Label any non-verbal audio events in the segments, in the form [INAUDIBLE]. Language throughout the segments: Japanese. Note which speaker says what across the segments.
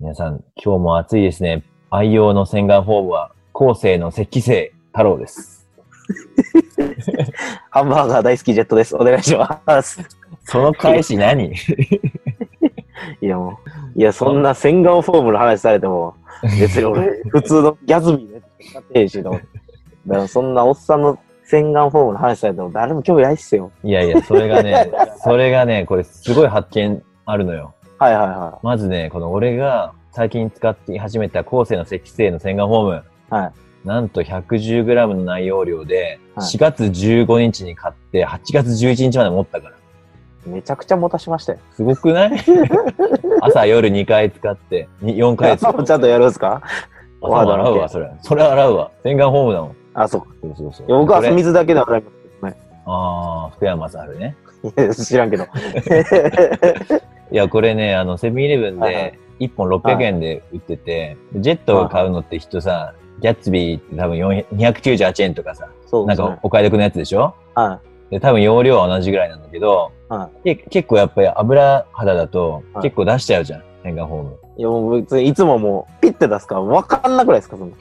Speaker 1: 皆さん、今日も暑いですね。愛用の洗顔フォームは、後世の石器生太郎です。
Speaker 2: ハンバーガー大好きジェットです。お願いします。
Speaker 1: その返し何
Speaker 2: [LAUGHS] いやもう、いや、そんな洗顔フォームの話されて [LAUGHS] も、別に俺、普通のギャズビーのやつ使ってへんしと [LAUGHS] 思って。だからそんなおっさんの洗顔フォームの話されても誰も興味ないっすよ。
Speaker 1: いやいや、それが [LAUGHS] ね、それがね、これすごい発見あるのよ。
Speaker 2: はいはいは
Speaker 1: まずね、この俺が最近使って始めた後世の石器生の洗顔フォーム。
Speaker 2: はい
Speaker 1: なんと 110g の内容量で、
Speaker 2: はい
Speaker 1: 4月15日に買って、8月11日まで持ったから。
Speaker 2: い。めちゃくちゃ持たしましたよ。
Speaker 1: すごくない [LAUGHS] 朝夜2回使って、に4回使
Speaker 2: 朝
Speaker 1: [LAUGHS] って
Speaker 2: も [LAUGHS] ちゃんとやるんすか
Speaker 1: 頭洗うわ、それ。それ洗うわ。洗顔フォームだもん。
Speaker 2: あ、そうか。
Speaker 1: そうそうそう
Speaker 2: いや僕は
Speaker 1: これ
Speaker 2: 水だけで洗いま
Speaker 1: ああ、福山雅治ね。
Speaker 2: す。いや知らんけ [LAUGHS] ど。
Speaker 1: いや、これね、あの、セブンイレブン
Speaker 2: はいは
Speaker 1: で1本600円で売ってて、ジェットを買うのって人さ、ギャッツビーって多分400 298円とかさ、
Speaker 2: そう
Speaker 1: な
Speaker 2: で
Speaker 1: ん
Speaker 2: す
Speaker 1: か
Speaker 2: ね。
Speaker 1: お買い得なやつでしょ
Speaker 2: は
Speaker 1: で、多分容量は同じぐらいなんだけど、
Speaker 2: は
Speaker 1: け結構やっぱり油肌だと
Speaker 2: はい
Speaker 1: 結構出しちゃうじゃん、洗顔フォーム。
Speaker 2: い。いやもう別にいつももう、ピッて出すから分かんな [LAUGHS] くないですかその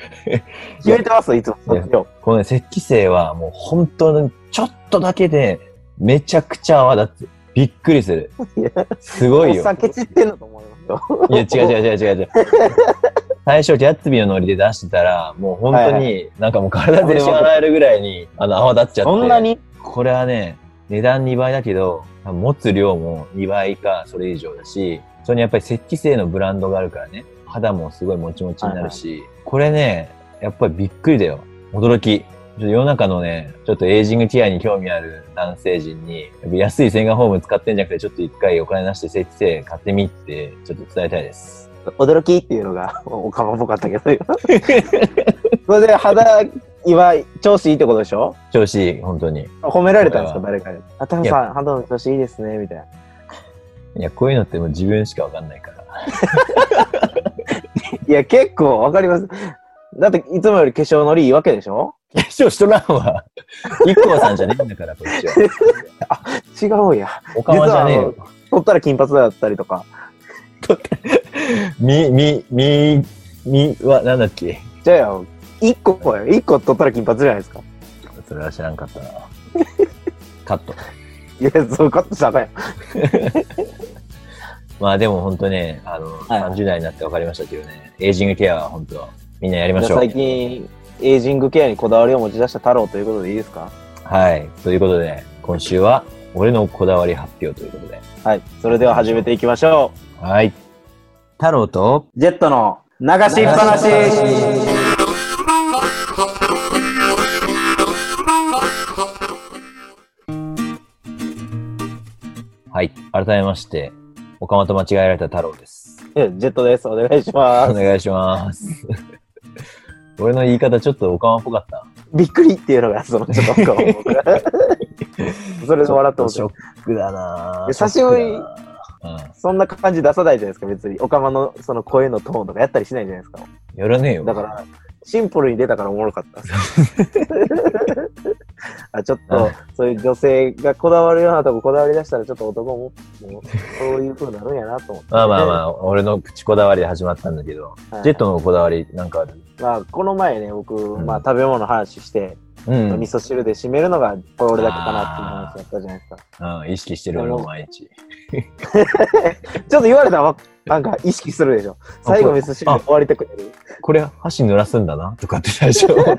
Speaker 2: 決めてますいつも。
Speaker 1: いや
Speaker 2: そっちを
Speaker 1: このね、石器精はもう本当にちょっとだけでめちゃくちゃ泡立つ。びっくりする
Speaker 2: [LAUGHS] いや。
Speaker 1: すご
Speaker 2: お
Speaker 1: い
Speaker 2: っ
Speaker 1: よ
Speaker 2: さ。んケチってんのと思いますよ。
Speaker 1: いや、違う違う違う違う違う。最初、ギャッツビーのノリで出してたら、もう本当
Speaker 2: はい
Speaker 1: に、なんかもう体全身洗えるぐらいに、あの、泡立っちゃって。
Speaker 2: そんなに
Speaker 1: これはね、値段2倍だけど、持つ量も2倍か、それ以上だし、それにやっぱり石器製のブランドがあるからね、肌もすごいもちもちになるし、これね、やっぱりびっくりだよ。驚き。ちょっと世の中のね、ちょっとエイジングケアに興味ある男性陣に、やっぱ安い洗顔フォーム使ってんじゃなくて、ちょっと一回お金出して石器製買ってみって、ちょっと伝えたいです。
Speaker 2: 驚きっていうのが [LAUGHS] おおかまっぽかったけど今それで肌今調子いいってことでしょ
Speaker 1: 調子いい、本当に。
Speaker 2: 褒められたんですか
Speaker 1: こ
Speaker 2: 誰かに「あたむさん肌の調子いいですね」みたいない
Speaker 1: や、こういうのってもう自分しかわかんない [LAUGHS] から。
Speaker 2: いや結構わかりますだっていつもより化粧のりいいわけでしょ
Speaker 1: 化粧しとらんわ。一個さんじゃねえんだから、こっちは。
Speaker 2: 違うんや
Speaker 1: おかまじゃねえよ。
Speaker 2: 取ったら金髪だったりとか
Speaker 1: み、み、み、みは、なんだっけ
Speaker 2: じゃあよ1個これ1個取ったら金髪じゃないですか
Speaker 1: それは知らんか [LAUGHS] ったな。カット。
Speaker 2: いやそうカットしたらあかんやん
Speaker 1: まあでも本当ね、あの、
Speaker 2: い
Speaker 1: 30代になって分かりましたけどね、エイジングケアは本当、みんなやりま
Speaker 2: じゃあ
Speaker 1: しょう
Speaker 2: 最。近エイジングケアにこだわりを持ち出した太郎ということでいいですか
Speaker 1: はい。ということで、今週は、俺のこだわり発表ということで。
Speaker 2: はいそれでは始めていきましょう
Speaker 1: はい。太郎と、
Speaker 2: ジェットの流しっぱなし。
Speaker 1: はい。改めまして、おかまと間違えられた太郎です。
Speaker 2: ジェットです。お願いしま
Speaker 1: お
Speaker 2: す。
Speaker 1: 願いします。 [LAUGHS] 俺の言い方ちょっとおかまっぽかった
Speaker 2: [LAUGHS] びっくりっていうのが、その、ちょっと僕は、それで笑ってほし
Speaker 1: シ
Speaker 2: い
Speaker 1: ョ。ックだなぁ
Speaker 2: 久しぶり
Speaker 1: ショックだなぁうん。
Speaker 2: そんな感じ出さないじゃないですか、別に。オカマのその声のトーンとかやったりしないじゃないですか。
Speaker 1: やらねえよ。
Speaker 2: だから、シンプルに出たからおもろか [LAUGHS] った。あちょっと、そういう女性がこだわるようなとここだわり出したら、ちょっと男も、もうそういう風になるんやなと思って。
Speaker 1: まあまあまあ、俺の口こだわりで始まったんだけど、
Speaker 2: はい
Speaker 1: ジェットのこだわりなんかある
Speaker 2: まあ、この前ね、僕、
Speaker 1: ん
Speaker 2: まあ、食べ物の話して、
Speaker 1: うん。う
Speaker 2: 味噌汁で締めるのがこれ俺だけかなっていう話だったじゃないですか。
Speaker 1: ん、意識してる俺も毎日。
Speaker 2: ちょっと言われたらわなんか意識する
Speaker 1: [LAUGHS]
Speaker 2: でしょ。最後味噌汁で終わりたくなる。
Speaker 1: これ、箸濡らすんだなとかって最
Speaker 2: [LAUGHS]
Speaker 1: 初思って。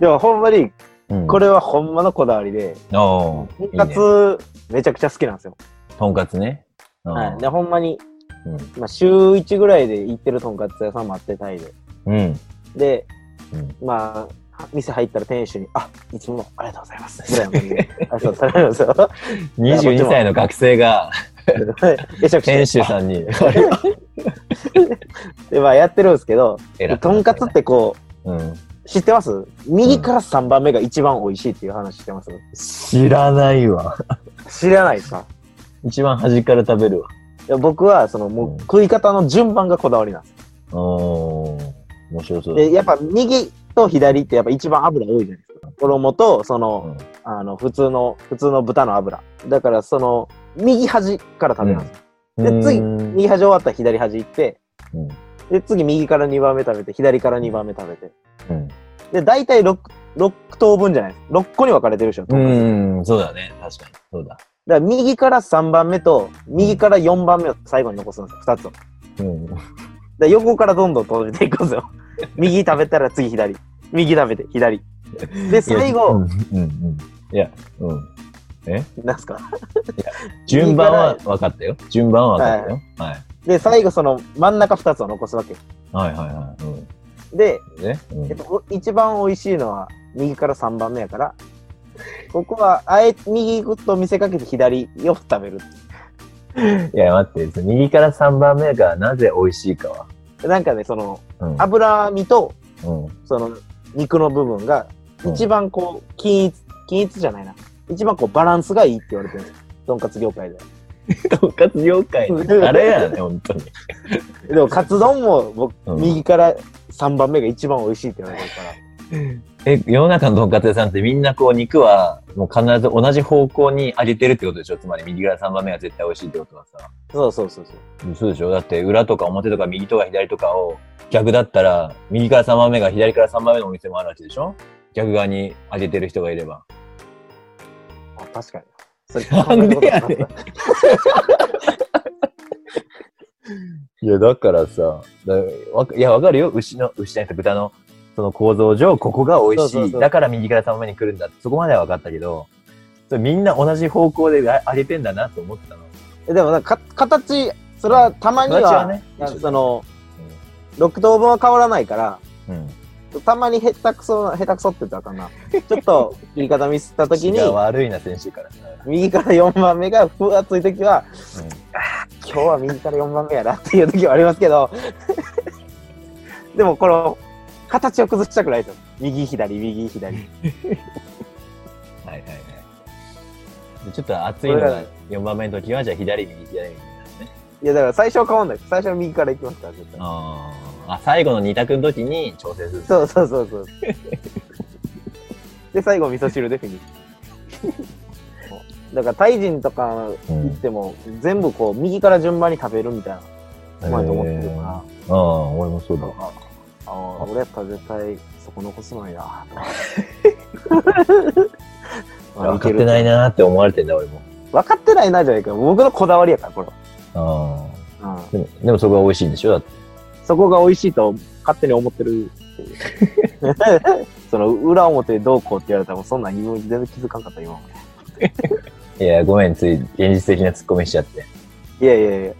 Speaker 2: でもほんまに
Speaker 1: うん
Speaker 2: これはほんまのこだわりで、
Speaker 1: おー
Speaker 2: とん
Speaker 1: いい
Speaker 2: か
Speaker 1: ね。
Speaker 2: つめちゃくちゃ好きなんですよ。
Speaker 1: とんかつね。うん
Speaker 2: はい、でほんまに、
Speaker 1: うん
Speaker 2: まあ、週1ぐらいで行ってるとんかつ屋さんもあってタイで。
Speaker 1: うん。
Speaker 2: で、
Speaker 1: うん
Speaker 2: まあ店入ったら店主に「あいつもありがとうございます」
Speaker 1: [LAUGHS]
Speaker 2: ぐらいの感じであそうされるんですよ。
Speaker 1: 22歳の学生
Speaker 2: [LAUGHS]
Speaker 1: が、
Speaker 2: めちゃくちゃ
Speaker 1: 店主さんに、
Speaker 2: で、まあ、やってるんですけど、
Speaker 1: え
Speaker 2: [LAUGHS] でとんかつっ、てこう
Speaker 1: うん。
Speaker 2: 知ってます右から3番目が一番美味しいっていう話してます、
Speaker 1: 知らないわ。
Speaker 2: 知らないですか
Speaker 1: 一番端から食べるわ。
Speaker 2: いや僕はその
Speaker 1: う
Speaker 2: も
Speaker 1: ん
Speaker 2: う食い方の順番がこだわりなんです
Speaker 1: おー、面白そう。
Speaker 2: でやっぱ右と左ってやっぱ一番油多いじゃないですか衣とその,、
Speaker 1: うん
Speaker 2: あの普通の普通の豚の油だからその右端から食べるんですよ、で、次、
Speaker 1: うん
Speaker 2: 右端終わったら左端行って、
Speaker 1: うん
Speaker 2: で、次右から2番目食べて、左から2番目食べて。
Speaker 1: うん
Speaker 2: で、大体 6, 6等分じゃないですか。6個に分かれてるでしょ、トンカツだか
Speaker 1: うん、そうだね。確かに。そうだ。
Speaker 2: ら右から3番目と、右から4番目を最後に残すんですよ、2つを。
Speaker 1: うん。
Speaker 2: で横からどんどん閉じていくんです
Speaker 1: [LAUGHS]
Speaker 2: よ。右食べたら次左。右食べて左。で、最
Speaker 1: う
Speaker 2: 後、
Speaker 1: ん、うん、うん。いや、うん。
Speaker 2: なんすか
Speaker 1: 順番は分かったよ。順番は分かったよ。はい。
Speaker 2: で、最後その真ん中2つを残すわけ。
Speaker 1: はい、はい、はい。うん。
Speaker 2: で、
Speaker 1: ね。うん
Speaker 2: えっと、お一番美味しいのは右から3番目やから、ここは、あえ、右行くと見せかけて左を食べる。
Speaker 1: いや、待って、右から3番目がなぜ美味しいかは。
Speaker 2: なんかね、その、
Speaker 1: うん。
Speaker 2: 脂身と、
Speaker 1: うん。
Speaker 2: その、肉の部分が、
Speaker 1: うん
Speaker 2: 一番こう、均一、均一じゃないな。一番こう、バランスがいいって言われてるんですよ。とんかつ業界で。
Speaker 1: とんかつ業界のあれやね、本当に。
Speaker 2: でも、カツ丼も、僕、
Speaker 1: うん
Speaker 2: 右から3番目が一番美味しいって言われてるから。
Speaker 1: え、世の中のとんかつ屋さんってみんなこう肉はもう必ず同じ方向に上げてるってことでしょつまり右から3番目が絶対美味しいってことはさ。
Speaker 2: そうそうそうそう。
Speaker 1: そうでしょだって裏とか表とか右とか左とかを逆だったら右から3番目が左から3番目のお店もあるわけでしょ逆側に上げてる人がいれば。
Speaker 2: あ、確かに。それ
Speaker 1: なんでやねん
Speaker 2: 考えたことなかっ
Speaker 1: いや、だからさ、だわいや、わかるよ。牛の、牛じゃなくて豚の、その構造上、ここが美味しい。
Speaker 2: そうそうそう
Speaker 1: だから右から3番目に来るんだって、そこまでは分かったけど、それみんな同じ方向で上げてんだなと思ったの。
Speaker 2: たでもなんかか、形、それはたまには、
Speaker 1: 形はね
Speaker 2: なんかその、6等分は変わらないから、
Speaker 1: うん。
Speaker 2: たまに下手くそな、下手くそって言ったらあかんな。ちょっと、言い方ミスった時
Speaker 1: 時
Speaker 2: に
Speaker 1: に。、悪いな、先週から。
Speaker 2: 右から4番目がふわっついた時は、
Speaker 1: うん
Speaker 2: 今日は右から4番目やなっていう時はありますけど、でもこの、形を崩したくないですよ。右、左、右、左。
Speaker 1: はいはいはい。でちょっと暑いのが4番目の時は、じゃあ左、右、左、右なんですね。
Speaker 2: いや、だから最初は変わんないです。最初は右から行きますから、絶対。
Speaker 1: あーあ、最後の2択の時に調整する。
Speaker 2: そうそうそ
Speaker 1: [LAUGHS]
Speaker 2: うそう。で、最後、味噌汁でフィニッシュ。
Speaker 1: [LAUGHS]
Speaker 2: だから、タイ人とか行っても、全部こう、右から順番に食べるみたいな、うまいと思ってる
Speaker 1: へー
Speaker 2: か
Speaker 1: ああ、俺もそうだ
Speaker 2: ら。。ああ、俺やったら絶対、そこ残すの
Speaker 1: [LAUGHS]
Speaker 2: にな
Speaker 1: 分かって
Speaker 2: と
Speaker 1: ない。なーって思われてんだ、俺も。
Speaker 2: 分かってないなじゃないか。僕のこだわりやから、これは。
Speaker 1: ああ。
Speaker 2: うん
Speaker 1: でも、でもそこが美味しいんでしょだって。
Speaker 2: そこが美味しいと勝手に思って
Speaker 1: [LAUGHS]
Speaker 2: るっていう。その裏表どうこうって言われたらもうそんなん自分全然気づかんかった今まで
Speaker 1: いや、ごめん、つい現実的なツッコミしちゃって。
Speaker 2: いやいやいや。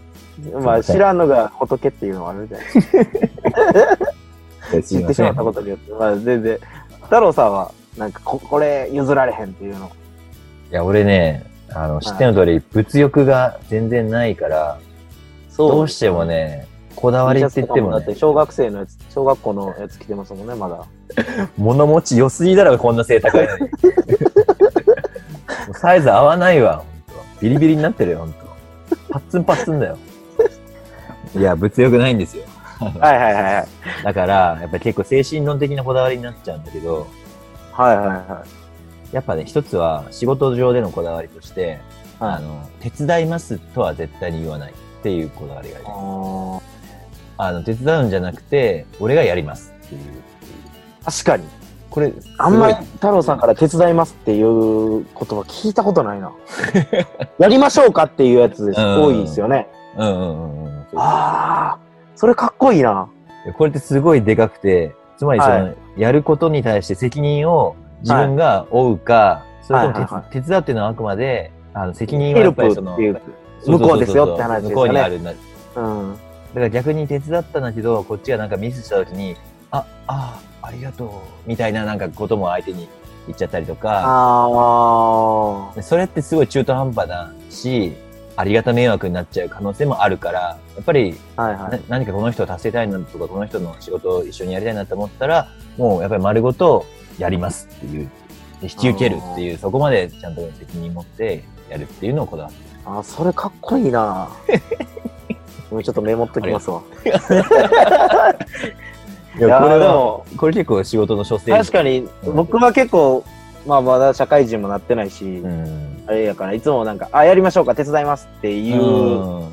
Speaker 1: す
Speaker 2: まあ
Speaker 1: いません
Speaker 2: 知らんのが仏っていうのはあるじゃない
Speaker 1: いやす
Speaker 2: 知
Speaker 1: い
Speaker 2: っ
Speaker 1: ま
Speaker 2: てし
Speaker 1: せ
Speaker 2: ま
Speaker 1: ん。
Speaker 2: ったことによって。まあ全然。太郎さんはなんかここれ譲られへんっていうの。
Speaker 1: いや、俺ね、あの、知っての通り、物欲が全然ないから、
Speaker 2: そ
Speaker 1: どうしても。ね、こだわりって言っても、
Speaker 2: だって
Speaker 1: ね、
Speaker 2: 小学生のやつ、小学校のやつ着てますもんね、まだ。
Speaker 1: 物持ち良すぎだろ、こんな背高い [LAUGHS] のに。サイズ合わないわ、ほんとビリビリになってるよ、ほんとパッツンパッツンだよ。 [LAUGHS] いや、物欲ないんですよ。
Speaker 2: はいはいはいはい。
Speaker 1: だから、やっぱり結構精神論的なこだわりになっちゃうんだけど、
Speaker 2: はいはいは
Speaker 1: やっぱね、一つは仕事上でのこだわりとして、
Speaker 2: い。は
Speaker 1: あ
Speaker 2: い。
Speaker 1: の、手伝いますとは絶対に言わないっていうこだわりがあり
Speaker 2: あ
Speaker 1: ます。
Speaker 2: ー
Speaker 1: あの、手伝うんじゃなくて、俺がやりますっていう。
Speaker 2: 確かに。
Speaker 1: これ、
Speaker 2: あんまり
Speaker 1: すごい
Speaker 2: 太郎さんから手伝いますっていう言葉聞いたこと [LAUGHS] ないな。やりましょうかっていうやつです
Speaker 1: うん
Speaker 2: 多いですよね。
Speaker 1: うんうんうんうんそう
Speaker 2: ああ、それかっこいいな。
Speaker 1: そう。これってすごいでかくて、つまりその、
Speaker 2: は
Speaker 1: やることに対して責任を自分が負うか、それとも手,、
Speaker 2: はいはいは
Speaker 1: 手伝うっていうのはあくまで、あの、責任は
Speaker 2: ヘ
Speaker 1: や
Speaker 2: ル
Speaker 1: っぱ
Speaker 2: プ
Speaker 1: り
Speaker 2: っ
Speaker 1: その、
Speaker 2: ていう。
Speaker 1: そそそ
Speaker 2: 向こうですよって話ですよね
Speaker 1: 向こうにあるな
Speaker 2: うん。は
Speaker 1: だから逆に手伝ったんだけど、こっちがなんかミスした時に、あ、ああ、ありがとう、みたいななんかことも相手に言っちゃったりとか、
Speaker 2: あ
Speaker 1: それってすごい中途半端だし、ありがた迷惑になっちゃう可能性もあるから、やっぱり、
Speaker 2: あ、はいは。
Speaker 1: ない何かこの人を助けたいなとか、この人の仕事を一緒にやりたいなと思ったら、もうやっぱり丸ごとやりますっていう、で引き受けるっていう、そこまでちゃんと責任持ってやるっていうのをこだわって
Speaker 2: あーそれかっこいい [LAUGHS] な。もうちょっとメモっときますわ。
Speaker 1: い
Speaker 2: いやー、で
Speaker 1: は、
Speaker 2: も、
Speaker 1: これ結構仕事の諸生
Speaker 2: 確かに僕は結構、まあまだ社会人もなってないし、
Speaker 1: うん。
Speaker 2: あれやから、いつもなんか、あ、やりましょうか、手伝いますっていう。
Speaker 1: うん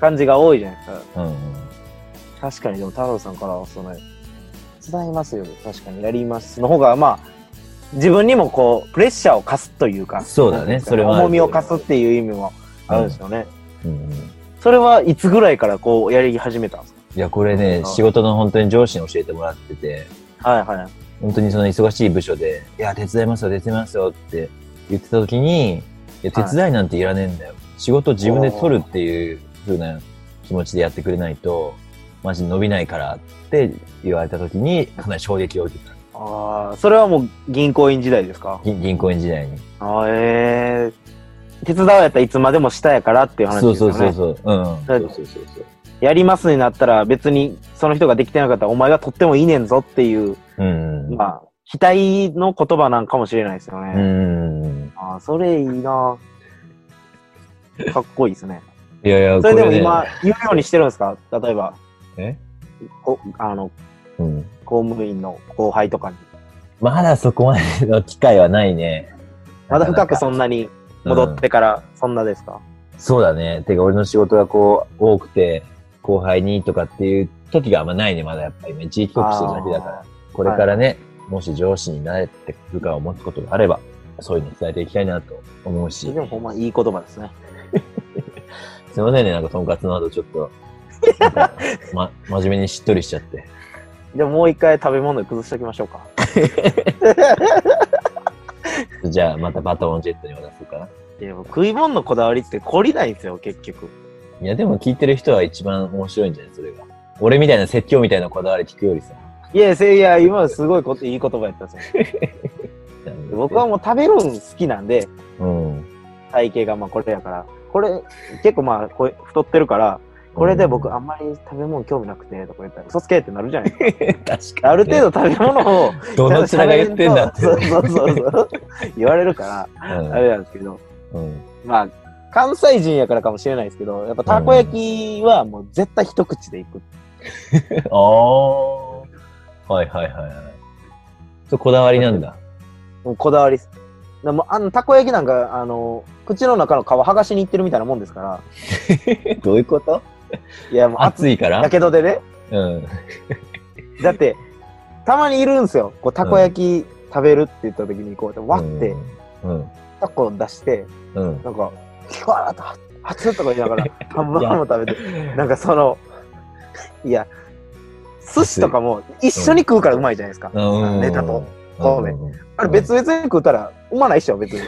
Speaker 2: 感じが多いじゃないですか。
Speaker 1: うんうん。
Speaker 2: 確かに、でも太郎さんからは、その、手伝いますよ、確かにやります。の方が、まあ、自分にもこう、プレッシャーを貸すというか、
Speaker 1: そうだね
Speaker 2: なんていんですか
Speaker 1: それはある
Speaker 2: 重みを貸すっていう意味もあるんですよね。
Speaker 1: うんうん
Speaker 2: それはいつぐらいからこう、やり始めたんです
Speaker 1: いや、これね、仕事の本当に上司に教えてもらってて、
Speaker 2: かはいはい。
Speaker 1: 本当にその忙しい部署で、いや、手伝いますよ、手伝いますよって言ってた時に、いや、手
Speaker 2: はい
Speaker 1: 伝いなんていらねえんだよ。仕事自分で取るっていう風な気持ちでやってくれないと、マジ伸びないからって言われた時に、かなり衝撃を受けた。
Speaker 2: ああ、それはもう銀行員時代ですか
Speaker 1: 銀銀行員時代に。
Speaker 2: ああ、ええ手伝うやったらいつまでも下やからっていう話
Speaker 1: そうそう
Speaker 2: ですよね。
Speaker 1: そうそう。うんうん。そ
Speaker 2: だ
Speaker 1: うそうそうそう。
Speaker 2: やりますになったら別にその人ができてなかったらお前がとってもいいねんぞっていう、
Speaker 1: うんうん。
Speaker 2: まあ、期待の言葉なんかもしれないですよね。
Speaker 1: うんうんうん。
Speaker 2: ああ、それいいなかっこいいですね。
Speaker 1: いやいや、
Speaker 2: それで
Speaker 1: [LAUGHS]
Speaker 2: も
Speaker 1: こね
Speaker 2: 今、言うようにしてるんですか例えば、
Speaker 1: え
Speaker 2: こあの、
Speaker 1: うん。
Speaker 2: 公務員の後輩とかに。
Speaker 1: まだそこまでの機会はないね。
Speaker 2: まだ深くそ
Speaker 1: なん
Speaker 2: な
Speaker 1: [LAUGHS]
Speaker 2: に戻ってから、そんなですか、
Speaker 1: そうだね。てか、俺の仕事がこう、多くて、後輩にとかっていう時があんまないね、まだやっぱり。今、一時帰国してるだけだから。これからね、もし上司になれて部下を持つことがあれば、そういうの伝えていきたいなと思うし。
Speaker 2: でもほんまいい言葉ですね。
Speaker 1: すいませんね、なんか、とんかつの後ちょっと、なん
Speaker 2: [LAUGHS]
Speaker 1: かま、真面目にしっとりしちゃって。
Speaker 2: じゃあもう一回食べ物で崩しておきましょうか。
Speaker 1: じゃあ、またバトンをジェットに渡そうかな。
Speaker 2: でも食い物のこだわりって懲りないんですよ、結局。
Speaker 1: いや、でも聞いてる人は一番面白いんじゃないそれが。俺みたいな説教みたいなこだわり聞くよりさ。
Speaker 2: いや、せいや、今のすごいこと、いい言葉やったんですよ。僕はもう食べるの好きなんで、
Speaker 1: うん、
Speaker 2: 体型がまあこれやから。これ、結構まあ、これ太ってるから、これで僕
Speaker 1: うん
Speaker 2: あんまり食べ物興味なくて、とか言ったら、嘘つけってなるじゃないです
Speaker 1: 確かにね、
Speaker 2: か。ある程度食べ物
Speaker 1: [LAUGHS]
Speaker 2: を、
Speaker 1: どの面が言ってんだって。
Speaker 2: [LAUGHS] そうそうそうそう。言われるから、あれなんですけど。
Speaker 1: うん。
Speaker 2: まあ、関西人やからかもしれないですけど、やっぱたこ焼きはもう絶対一口でいく。
Speaker 1: ああ。はいはいはいはい。そう、こだわりなん
Speaker 2: [LAUGHS]
Speaker 1: だ。
Speaker 2: もうこだわりです。でもあのたこ焼きなんか、あの、口の中の皮剥がしにいってるみたいなもんですから、
Speaker 1: どういうこと
Speaker 2: いや、もう熱い。
Speaker 1: 暑いから
Speaker 2: だけどでね。
Speaker 1: うん。
Speaker 2: だって、たまにいるんですよ。こう、たこ焼き食べるって言った時に、こう、割って、。
Speaker 1: うん。
Speaker 2: たこ出して、
Speaker 1: うん。
Speaker 2: なんか、キュワーッと、熱っとか言いな
Speaker 1: [LAUGHS]
Speaker 2: がら、ハンバーグも食べて、なんかその、いや、寿司とかも一緒に食うからうまいじゃないですか。
Speaker 1: うん。
Speaker 2: ネタと。そうめんあれ別々に食うたら、うまないっしょ、別に。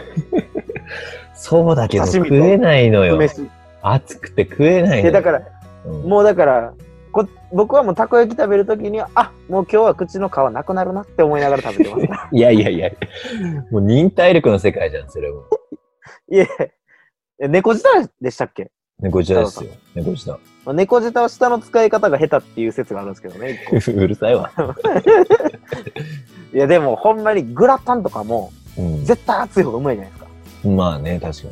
Speaker 1: そうだけど、
Speaker 2: 刺身
Speaker 1: 食
Speaker 2: と
Speaker 1: えないのよ。
Speaker 2: 飯。
Speaker 1: 暑くて食えないの
Speaker 2: で、
Speaker 1: よ。
Speaker 2: だから、
Speaker 1: うん、
Speaker 2: もうだからこ僕はもうたこ焼き食べるときにはあもう今日は口の皮なくなるなって思いながら食べてま
Speaker 1: [LAUGHS]
Speaker 2: す
Speaker 1: いやいやいや。もう忍耐力の世界じゃん、それも。
Speaker 2: いええ猫舌でしたっけ
Speaker 1: 猫舌ですよ。猫舌。 [LAUGHS]
Speaker 2: まあ猫舌は舌の使い方が下手っていう説があるんですけどね
Speaker 1: うるさいわ。
Speaker 2: いやでもほんまにグラタンとかも
Speaker 1: う
Speaker 2: 絶対熱い方がうまいじゃないですか
Speaker 1: ん。まあね、確か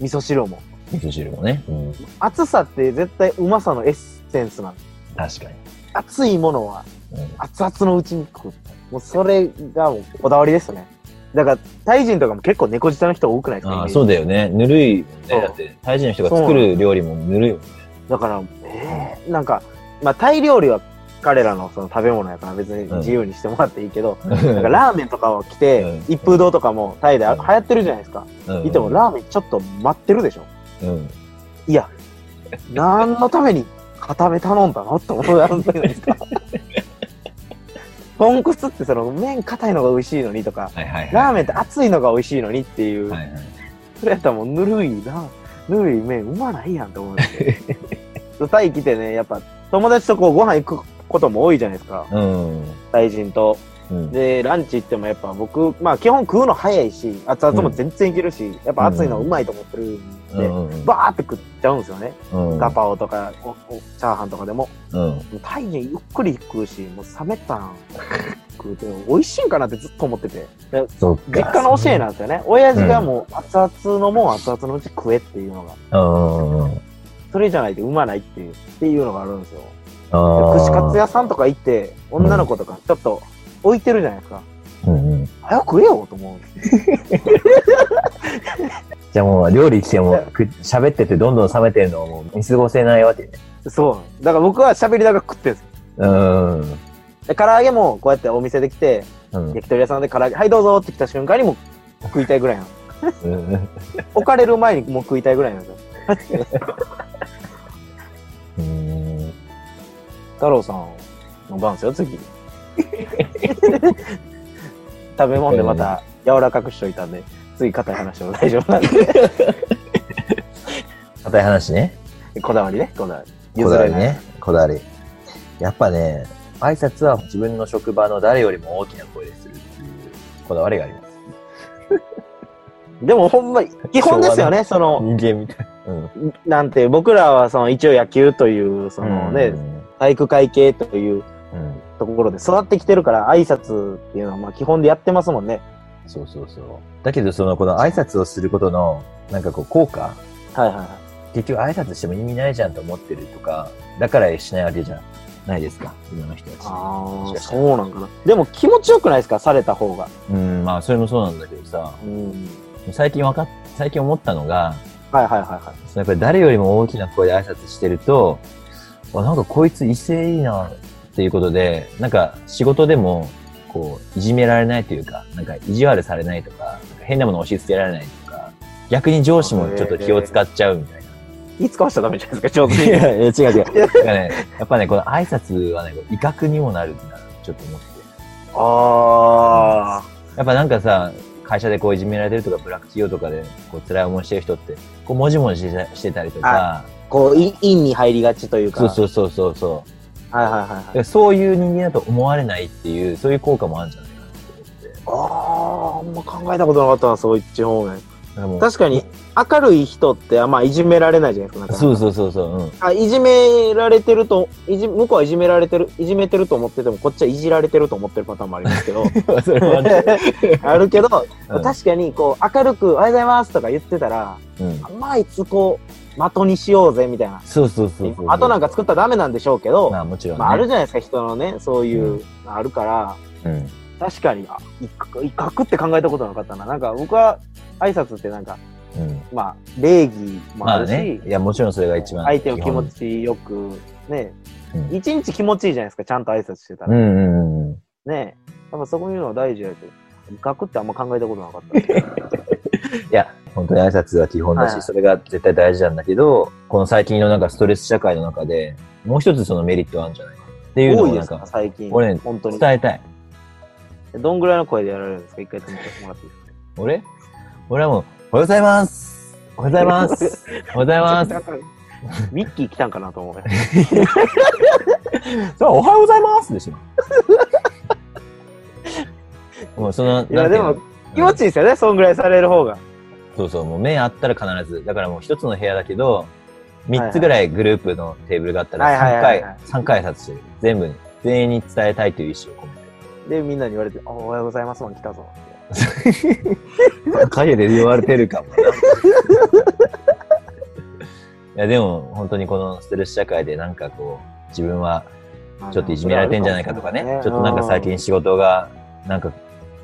Speaker 2: 味噌汁も
Speaker 1: に。味噌汁もね。うん。
Speaker 2: 熱さって絶対うまさのエッセンスなんです
Speaker 1: 確か
Speaker 2: 熱いものは
Speaker 1: に。うん
Speaker 2: 熱々のうちに食うもうそれがもうこだわりですねだからタイ人とかも結構猫舌の人多くないですか
Speaker 1: あ
Speaker 2: イメー
Speaker 1: あ、
Speaker 2: ジ
Speaker 1: そうだよね。ぬるいもんね。
Speaker 2: そう
Speaker 1: だって、タイ人の人が作る料理もぬるいもんね。
Speaker 2: だから、えーなんか、まあ、タイ料理は彼らのその食べ物やから別に自由にしてもらっていいけど、なんかラーメンとかを来て、
Speaker 1: うん
Speaker 2: 一風堂とかもタイであ
Speaker 1: うん
Speaker 2: 流行ってるじゃないですか。
Speaker 1: うん
Speaker 2: いてもラーメンちょっと待ってるでしょ。
Speaker 1: うん。
Speaker 2: いや、何のために固め頼んだのって思うやるんじゃないです
Speaker 1: [LAUGHS]
Speaker 2: か。豚骨ってその麺硬いのが美味しいのにとか、
Speaker 1: はいはいはい。
Speaker 2: ラーメンって熱いのが美味しいのにっていう、
Speaker 1: はいはい。
Speaker 2: それやったらもうぬるいな、ぬるい麺うまないやんって思うんです
Speaker 1: [LAUGHS]
Speaker 2: よ。タイ来てね、やっぱ友達とこうご飯行くことも多いじゃないですか、
Speaker 1: うん。
Speaker 2: タイ人と。
Speaker 1: うん。
Speaker 2: で、ランチ行ってもやっぱ僕、まあ基本食うの早いし、熱々も全然いけるし、やっぱ熱いのうまいと思ってるんで、
Speaker 1: うん。
Speaker 2: バーって食っちゃうんですよね。
Speaker 1: うん
Speaker 2: ガパオとか、おおチャーハンとかでも。
Speaker 1: うん。
Speaker 2: タイ人ゆっくり食うし、もう冷めたん食うて、美味しいんかなってずっと思ってて。で
Speaker 1: そっか。
Speaker 2: 実家の教えなんですよね。親父がもう熱々のもん熱々のうち食えっていうのが。
Speaker 1: うんうんうん。
Speaker 2: それじゃないと産まないっていう、っていうのがあるんですよ。で
Speaker 1: ああ。
Speaker 2: 串カツ屋さんとか行って、女の子とかちょっと置いてるじゃないですか。
Speaker 1: うんうん。
Speaker 2: 早く食えよと思うんですよ
Speaker 1: じゃあもう料理してもく喋っててどんどん冷めてるのをもう見過ごせないわけね。
Speaker 2: そうなんです。だから僕は喋りながら食ってるんです
Speaker 1: うんうん
Speaker 2: で唐揚げもこうやってお店で来て、
Speaker 1: うん。
Speaker 2: 焼き鳥屋さんで唐揚げ、はいどうぞって来た瞬間にもう食いたいぐらいなんです。
Speaker 1: うん。
Speaker 2: 置かれる前にもう食いたいぐらいなんですよ。
Speaker 1: うん。
Speaker 2: 太郎さんの番ですよ、 [LAUGHS] 次。食べ物でまた柔らかくしといたんで、次硬い話でも大丈夫なんで。 [LAUGHS]
Speaker 1: 硬い話ね。
Speaker 2: こだわりね、こだわり。
Speaker 1: こだわり
Speaker 2: 譲れない。
Speaker 1: ね。こだわり。やっぱね、挨拶は自分の職場の誰よりも大きな声でするっていうこだわりがあります。
Speaker 2: でもほんま、基本ですよね、その、
Speaker 1: 人間みたい。うん。
Speaker 2: なんて、僕らはその一応野球という、そのね、体育会系という
Speaker 1: うん。
Speaker 2: ところで育ってきてるから、挨拶っていうのはまあ基本でやってますもんね。
Speaker 1: そうそうそう。だけど、その、この挨拶をすることの、なんかこう、効果
Speaker 2: はいはいはい。
Speaker 1: 結局挨拶しても意味ないじゃんと思ってるとか、だからしないわけじゃないですか、今の人たち。
Speaker 2: あ
Speaker 1: もし
Speaker 2: あ、
Speaker 1: かしたら
Speaker 2: そうなんかな。でも気持ちよくないですかされた方が。
Speaker 1: うん、まあ、それもそうなんだけどさ、
Speaker 2: うん。
Speaker 1: 最近わかっ、最近思ったのが、
Speaker 2: はいはいはいはい。
Speaker 1: そのやっぱり誰よりも大きな声で挨拶してると、わなんかこいつ威勢いいなっていうことで、なんか仕事でも、こう、いじめられないというか、なんか意地悪されないとか、なんか変なものを押し付けられないとか、逆に上司もちょっと気を使っちゃうみたいな。
Speaker 2: 気使わしちゃダメじゃないですか、上手
Speaker 1: [LAUGHS] い
Speaker 2: に。
Speaker 1: やいや違う違 [LAUGHS] う。なんかね、やっぱね、この挨拶はね、威嚇にもなるってなちょっと思って。
Speaker 2: あ
Speaker 1: やっぱなんかさ、会社でこういじめられてるとか、ブラック企業とかでこう辛い思いしてる人って、こうもじもじしてしてたりとか、
Speaker 2: あ、こう、い陰に入りがちというか。
Speaker 1: そうそうそうそうそう。
Speaker 2: う。はいはいは
Speaker 1: だ
Speaker 2: い
Speaker 1: か
Speaker 2: はい。
Speaker 1: らそういう人間だと思われないっていう、そういう効果もあるんじゃないかなって思って。
Speaker 2: ああ、あんま考えたことなかったな、そういっち方面。
Speaker 1: だからもう
Speaker 2: 確かに、明るい人って、あんまあ、いじめられないじゃないですか。なんか
Speaker 1: そうそうそうそう、うん。
Speaker 2: あいじめられてるといじ、向こうはいじめられてる、いじめてると思ってても、こっちはいじられてると思ってるパターンもありますけ [LAUGHS] ど、
Speaker 1: それもある
Speaker 2: あるけど、
Speaker 1: うん
Speaker 2: 確かに、こう、明るく、おはようございますとか言ってたら、
Speaker 1: うん。
Speaker 2: まあ、いつこう、的にしようぜ、みたいな。
Speaker 1: そうそうそうそう。
Speaker 2: あとなんか作ったらダメなんでしょうけど、
Speaker 1: まあもちろんね。
Speaker 2: まあ、あるじゃないですか、人のね、そういう、あるから、
Speaker 1: うん。
Speaker 2: 確かに、あ威嚇威嚇って考えたことなかったな。なんか、僕は、挨拶ってなんか、
Speaker 1: うん。
Speaker 2: まあ、礼儀も
Speaker 1: ま
Speaker 2: あ
Speaker 1: あ
Speaker 2: るし、
Speaker 1: ね。いや、もちろんそれが一番。
Speaker 2: 相手を気持ちよく、ね、
Speaker 1: うん
Speaker 2: 一日気持ちいいじゃないですか、ちゃんと挨拶してた
Speaker 1: う
Speaker 2: ら。
Speaker 1: んうんうんうん。
Speaker 2: ね、やっぱそこにいうのは大事やけど、威嚇ってあんま考えたことなかった。
Speaker 1: いや、本当に挨拶は基本だし、
Speaker 2: はい
Speaker 1: それが絶対大事なんだけど、この最近のなんかストレス社会の中で、もう一つそのメリットあるんじゃないかなっていうの
Speaker 2: 多
Speaker 1: を
Speaker 2: い
Speaker 1: な
Speaker 2: で
Speaker 1: ん
Speaker 2: すか、
Speaker 1: か
Speaker 2: 最近。
Speaker 1: 俺ね
Speaker 2: 本当
Speaker 1: 伝
Speaker 2: に
Speaker 1: え。たい。
Speaker 2: どんぐらいの声でやられるんですか一回やってみてもらっていいですか
Speaker 1: 俺俺はもう、おはようございますおはようございますおはようございます
Speaker 2: ミッキー来たんかな
Speaker 1: [LAUGHS]
Speaker 2: と思う。
Speaker 1: それはおはようございますで
Speaker 2: [LAUGHS]
Speaker 1: しょ。もうその、な
Speaker 2: いや
Speaker 1: んていうの
Speaker 2: でも、気持ちいいですよね、そんぐらいされる方が。
Speaker 1: そうそう、もう目あったら必ず。だからもう一つの部屋だけど、三つぐらいグループのテーブルがあった
Speaker 2: はい
Speaker 1: ら
Speaker 2: はい
Speaker 1: 三
Speaker 2: はいはい
Speaker 1: 回、三回挨拶してる。全部に、全員に伝えたいという意思を込
Speaker 2: [LAUGHS]
Speaker 1: めて。
Speaker 2: で、みんなに言われて、あおはようございますもん来たぞ。
Speaker 1: 影で言われてるかもな。いや、でも、本当にこのストレス社会でなんかこう、自分はちょっといじめられてんじゃないかとかね、ちょっとなんか最近仕事が、なんか、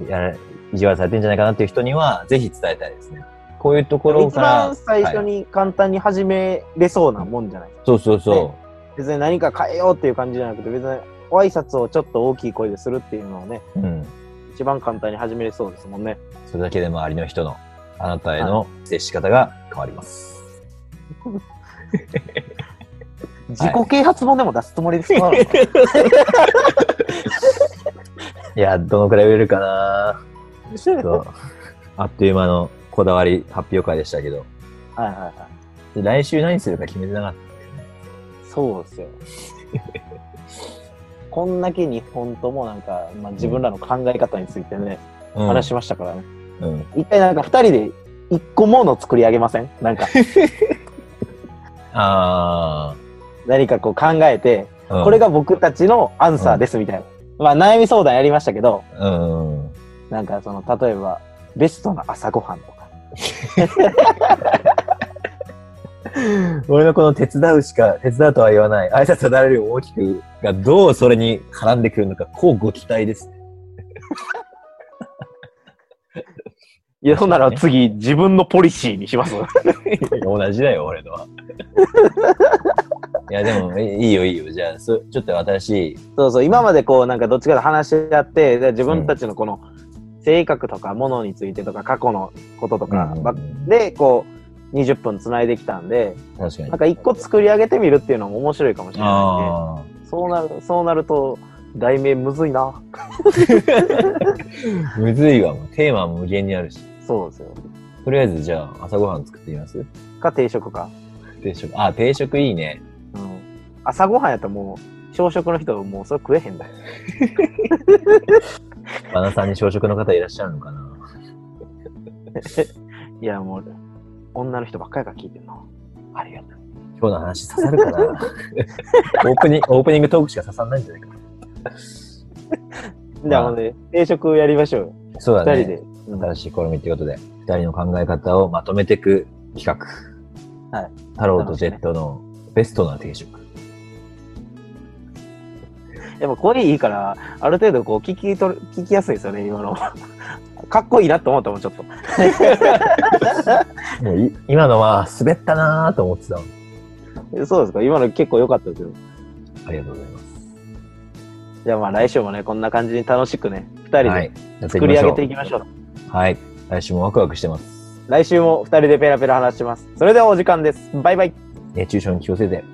Speaker 1: やら意地悪されてんじゃないかなっていう人には、ぜひ伝えたいですね。こういうところ
Speaker 2: 一
Speaker 1: から
Speaker 2: 番、最初に簡単に始めれそうなもんじゃないですか。
Speaker 1: そうそうそ
Speaker 2: 別に何か変えようっていう感じじゃなくて、別にお挨拶をちょっと大きい声でするっていうのをね、
Speaker 1: う、うん。
Speaker 2: 一番簡単に始めれそうですもんね。
Speaker 1: それだけで周りの人の、あなたへの接し方が変わります。
Speaker 2: 自己啓発本でも出すつもりで
Speaker 1: [LAUGHS]
Speaker 2: すか、
Speaker 1: いや、どのくらい売れるかなちょっと、 [LAUGHS] あっという間のこだわり発表会でしたけど、
Speaker 2: はいはいは
Speaker 1: で来週何するか決めてなかったんだよね。
Speaker 2: い。そうですよ。こんだけ日本ともなんか、まあ、自分らの考え方についてね、
Speaker 1: うん
Speaker 2: 話しましたからね。
Speaker 1: うん。
Speaker 2: 一回なんか二人で一個もの作り上げません [LAUGHS] なんか、
Speaker 1: あ
Speaker 2: 何かこう考えて、
Speaker 1: あ、うん
Speaker 2: これ、が僕たちのアンサーですみたいな。まあ悩み相談やりましたけど、
Speaker 1: うん。
Speaker 2: なんかその、例えば、ベストの朝ごはんとか。
Speaker 1: 俺のこの手伝うしか、手伝うとは言わない、挨拶は誰よりも大きくがどうそれに絡んでくるのか、こうご期待ですね。
Speaker 2: いや、ほんなら次、自分のポリシーにします。
Speaker 1: [LAUGHS] 同じだよ、俺のは。 [LAUGHS] いや、でも、いいいよ、いいよ。じゃあ、そちょっと新しい。
Speaker 2: そうそう、今までこう、なんかどっちかと話し合って、で自分たちのこの性格とか、ものについてとか、過去のこととか
Speaker 1: うん
Speaker 2: ばっ、で、こう、20分つないできたんで、
Speaker 1: 確かに。
Speaker 2: なんか一個作り上げてみるっていうのも面白いかもしれな
Speaker 1: あ
Speaker 2: いんで、そうなる、そうなると、題名むずいな。
Speaker 1: あ、むずいわ。もうテーマは無限にあるし。
Speaker 2: そうですよ。
Speaker 1: とりあえず、じゃあ、朝ごはん作ってみます
Speaker 2: か、定食か。
Speaker 1: 定食。あ、定食いいね。
Speaker 2: うん。朝ごはんやったらもう、朝食の人もうそれ食えへんだよ。
Speaker 1: バナさんに朝食の方いらっしゃるのかない
Speaker 2: や、もう、女の人ばっかりが聞いてるな。ありがとう。
Speaker 1: 今日の話刺さるかなオ
Speaker 2: [LAUGHS]
Speaker 1: ープニング、オープニングトークしか刺さんないんじゃないか
Speaker 2: じゃあ、ほんで、定食やりましょうよ。
Speaker 1: な。そうだ
Speaker 2: 二
Speaker 1: ね。
Speaker 2: 人で。うん
Speaker 1: 新しい試みということで、二人の考え方をまとめていく企画。
Speaker 2: はい。
Speaker 1: 太郎とジェットのベストな定食。
Speaker 2: やっぱ声いいから、ある程度こう聞き取る、聞きやすいですよね、今の。かっこいいなと思ったもん、ち [LAUGHS] ょっと。
Speaker 1: もうい今のは滑ったなぁと思ってたの。
Speaker 2: えそうですか、今の結構良かったですよ。
Speaker 1: ありがとうございます。
Speaker 2: じゃあまあ来週もね、こんな感じに楽しくね、二人
Speaker 1: はい。
Speaker 2: で
Speaker 1: やっていきましょう
Speaker 2: 作り上げていきましょう。
Speaker 1: はい。来週もワクワクしてます。
Speaker 2: 来週も二人でペラペラ話します。それではお時間です。バイバイ。
Speaker 1: 熱中症に気をつけて。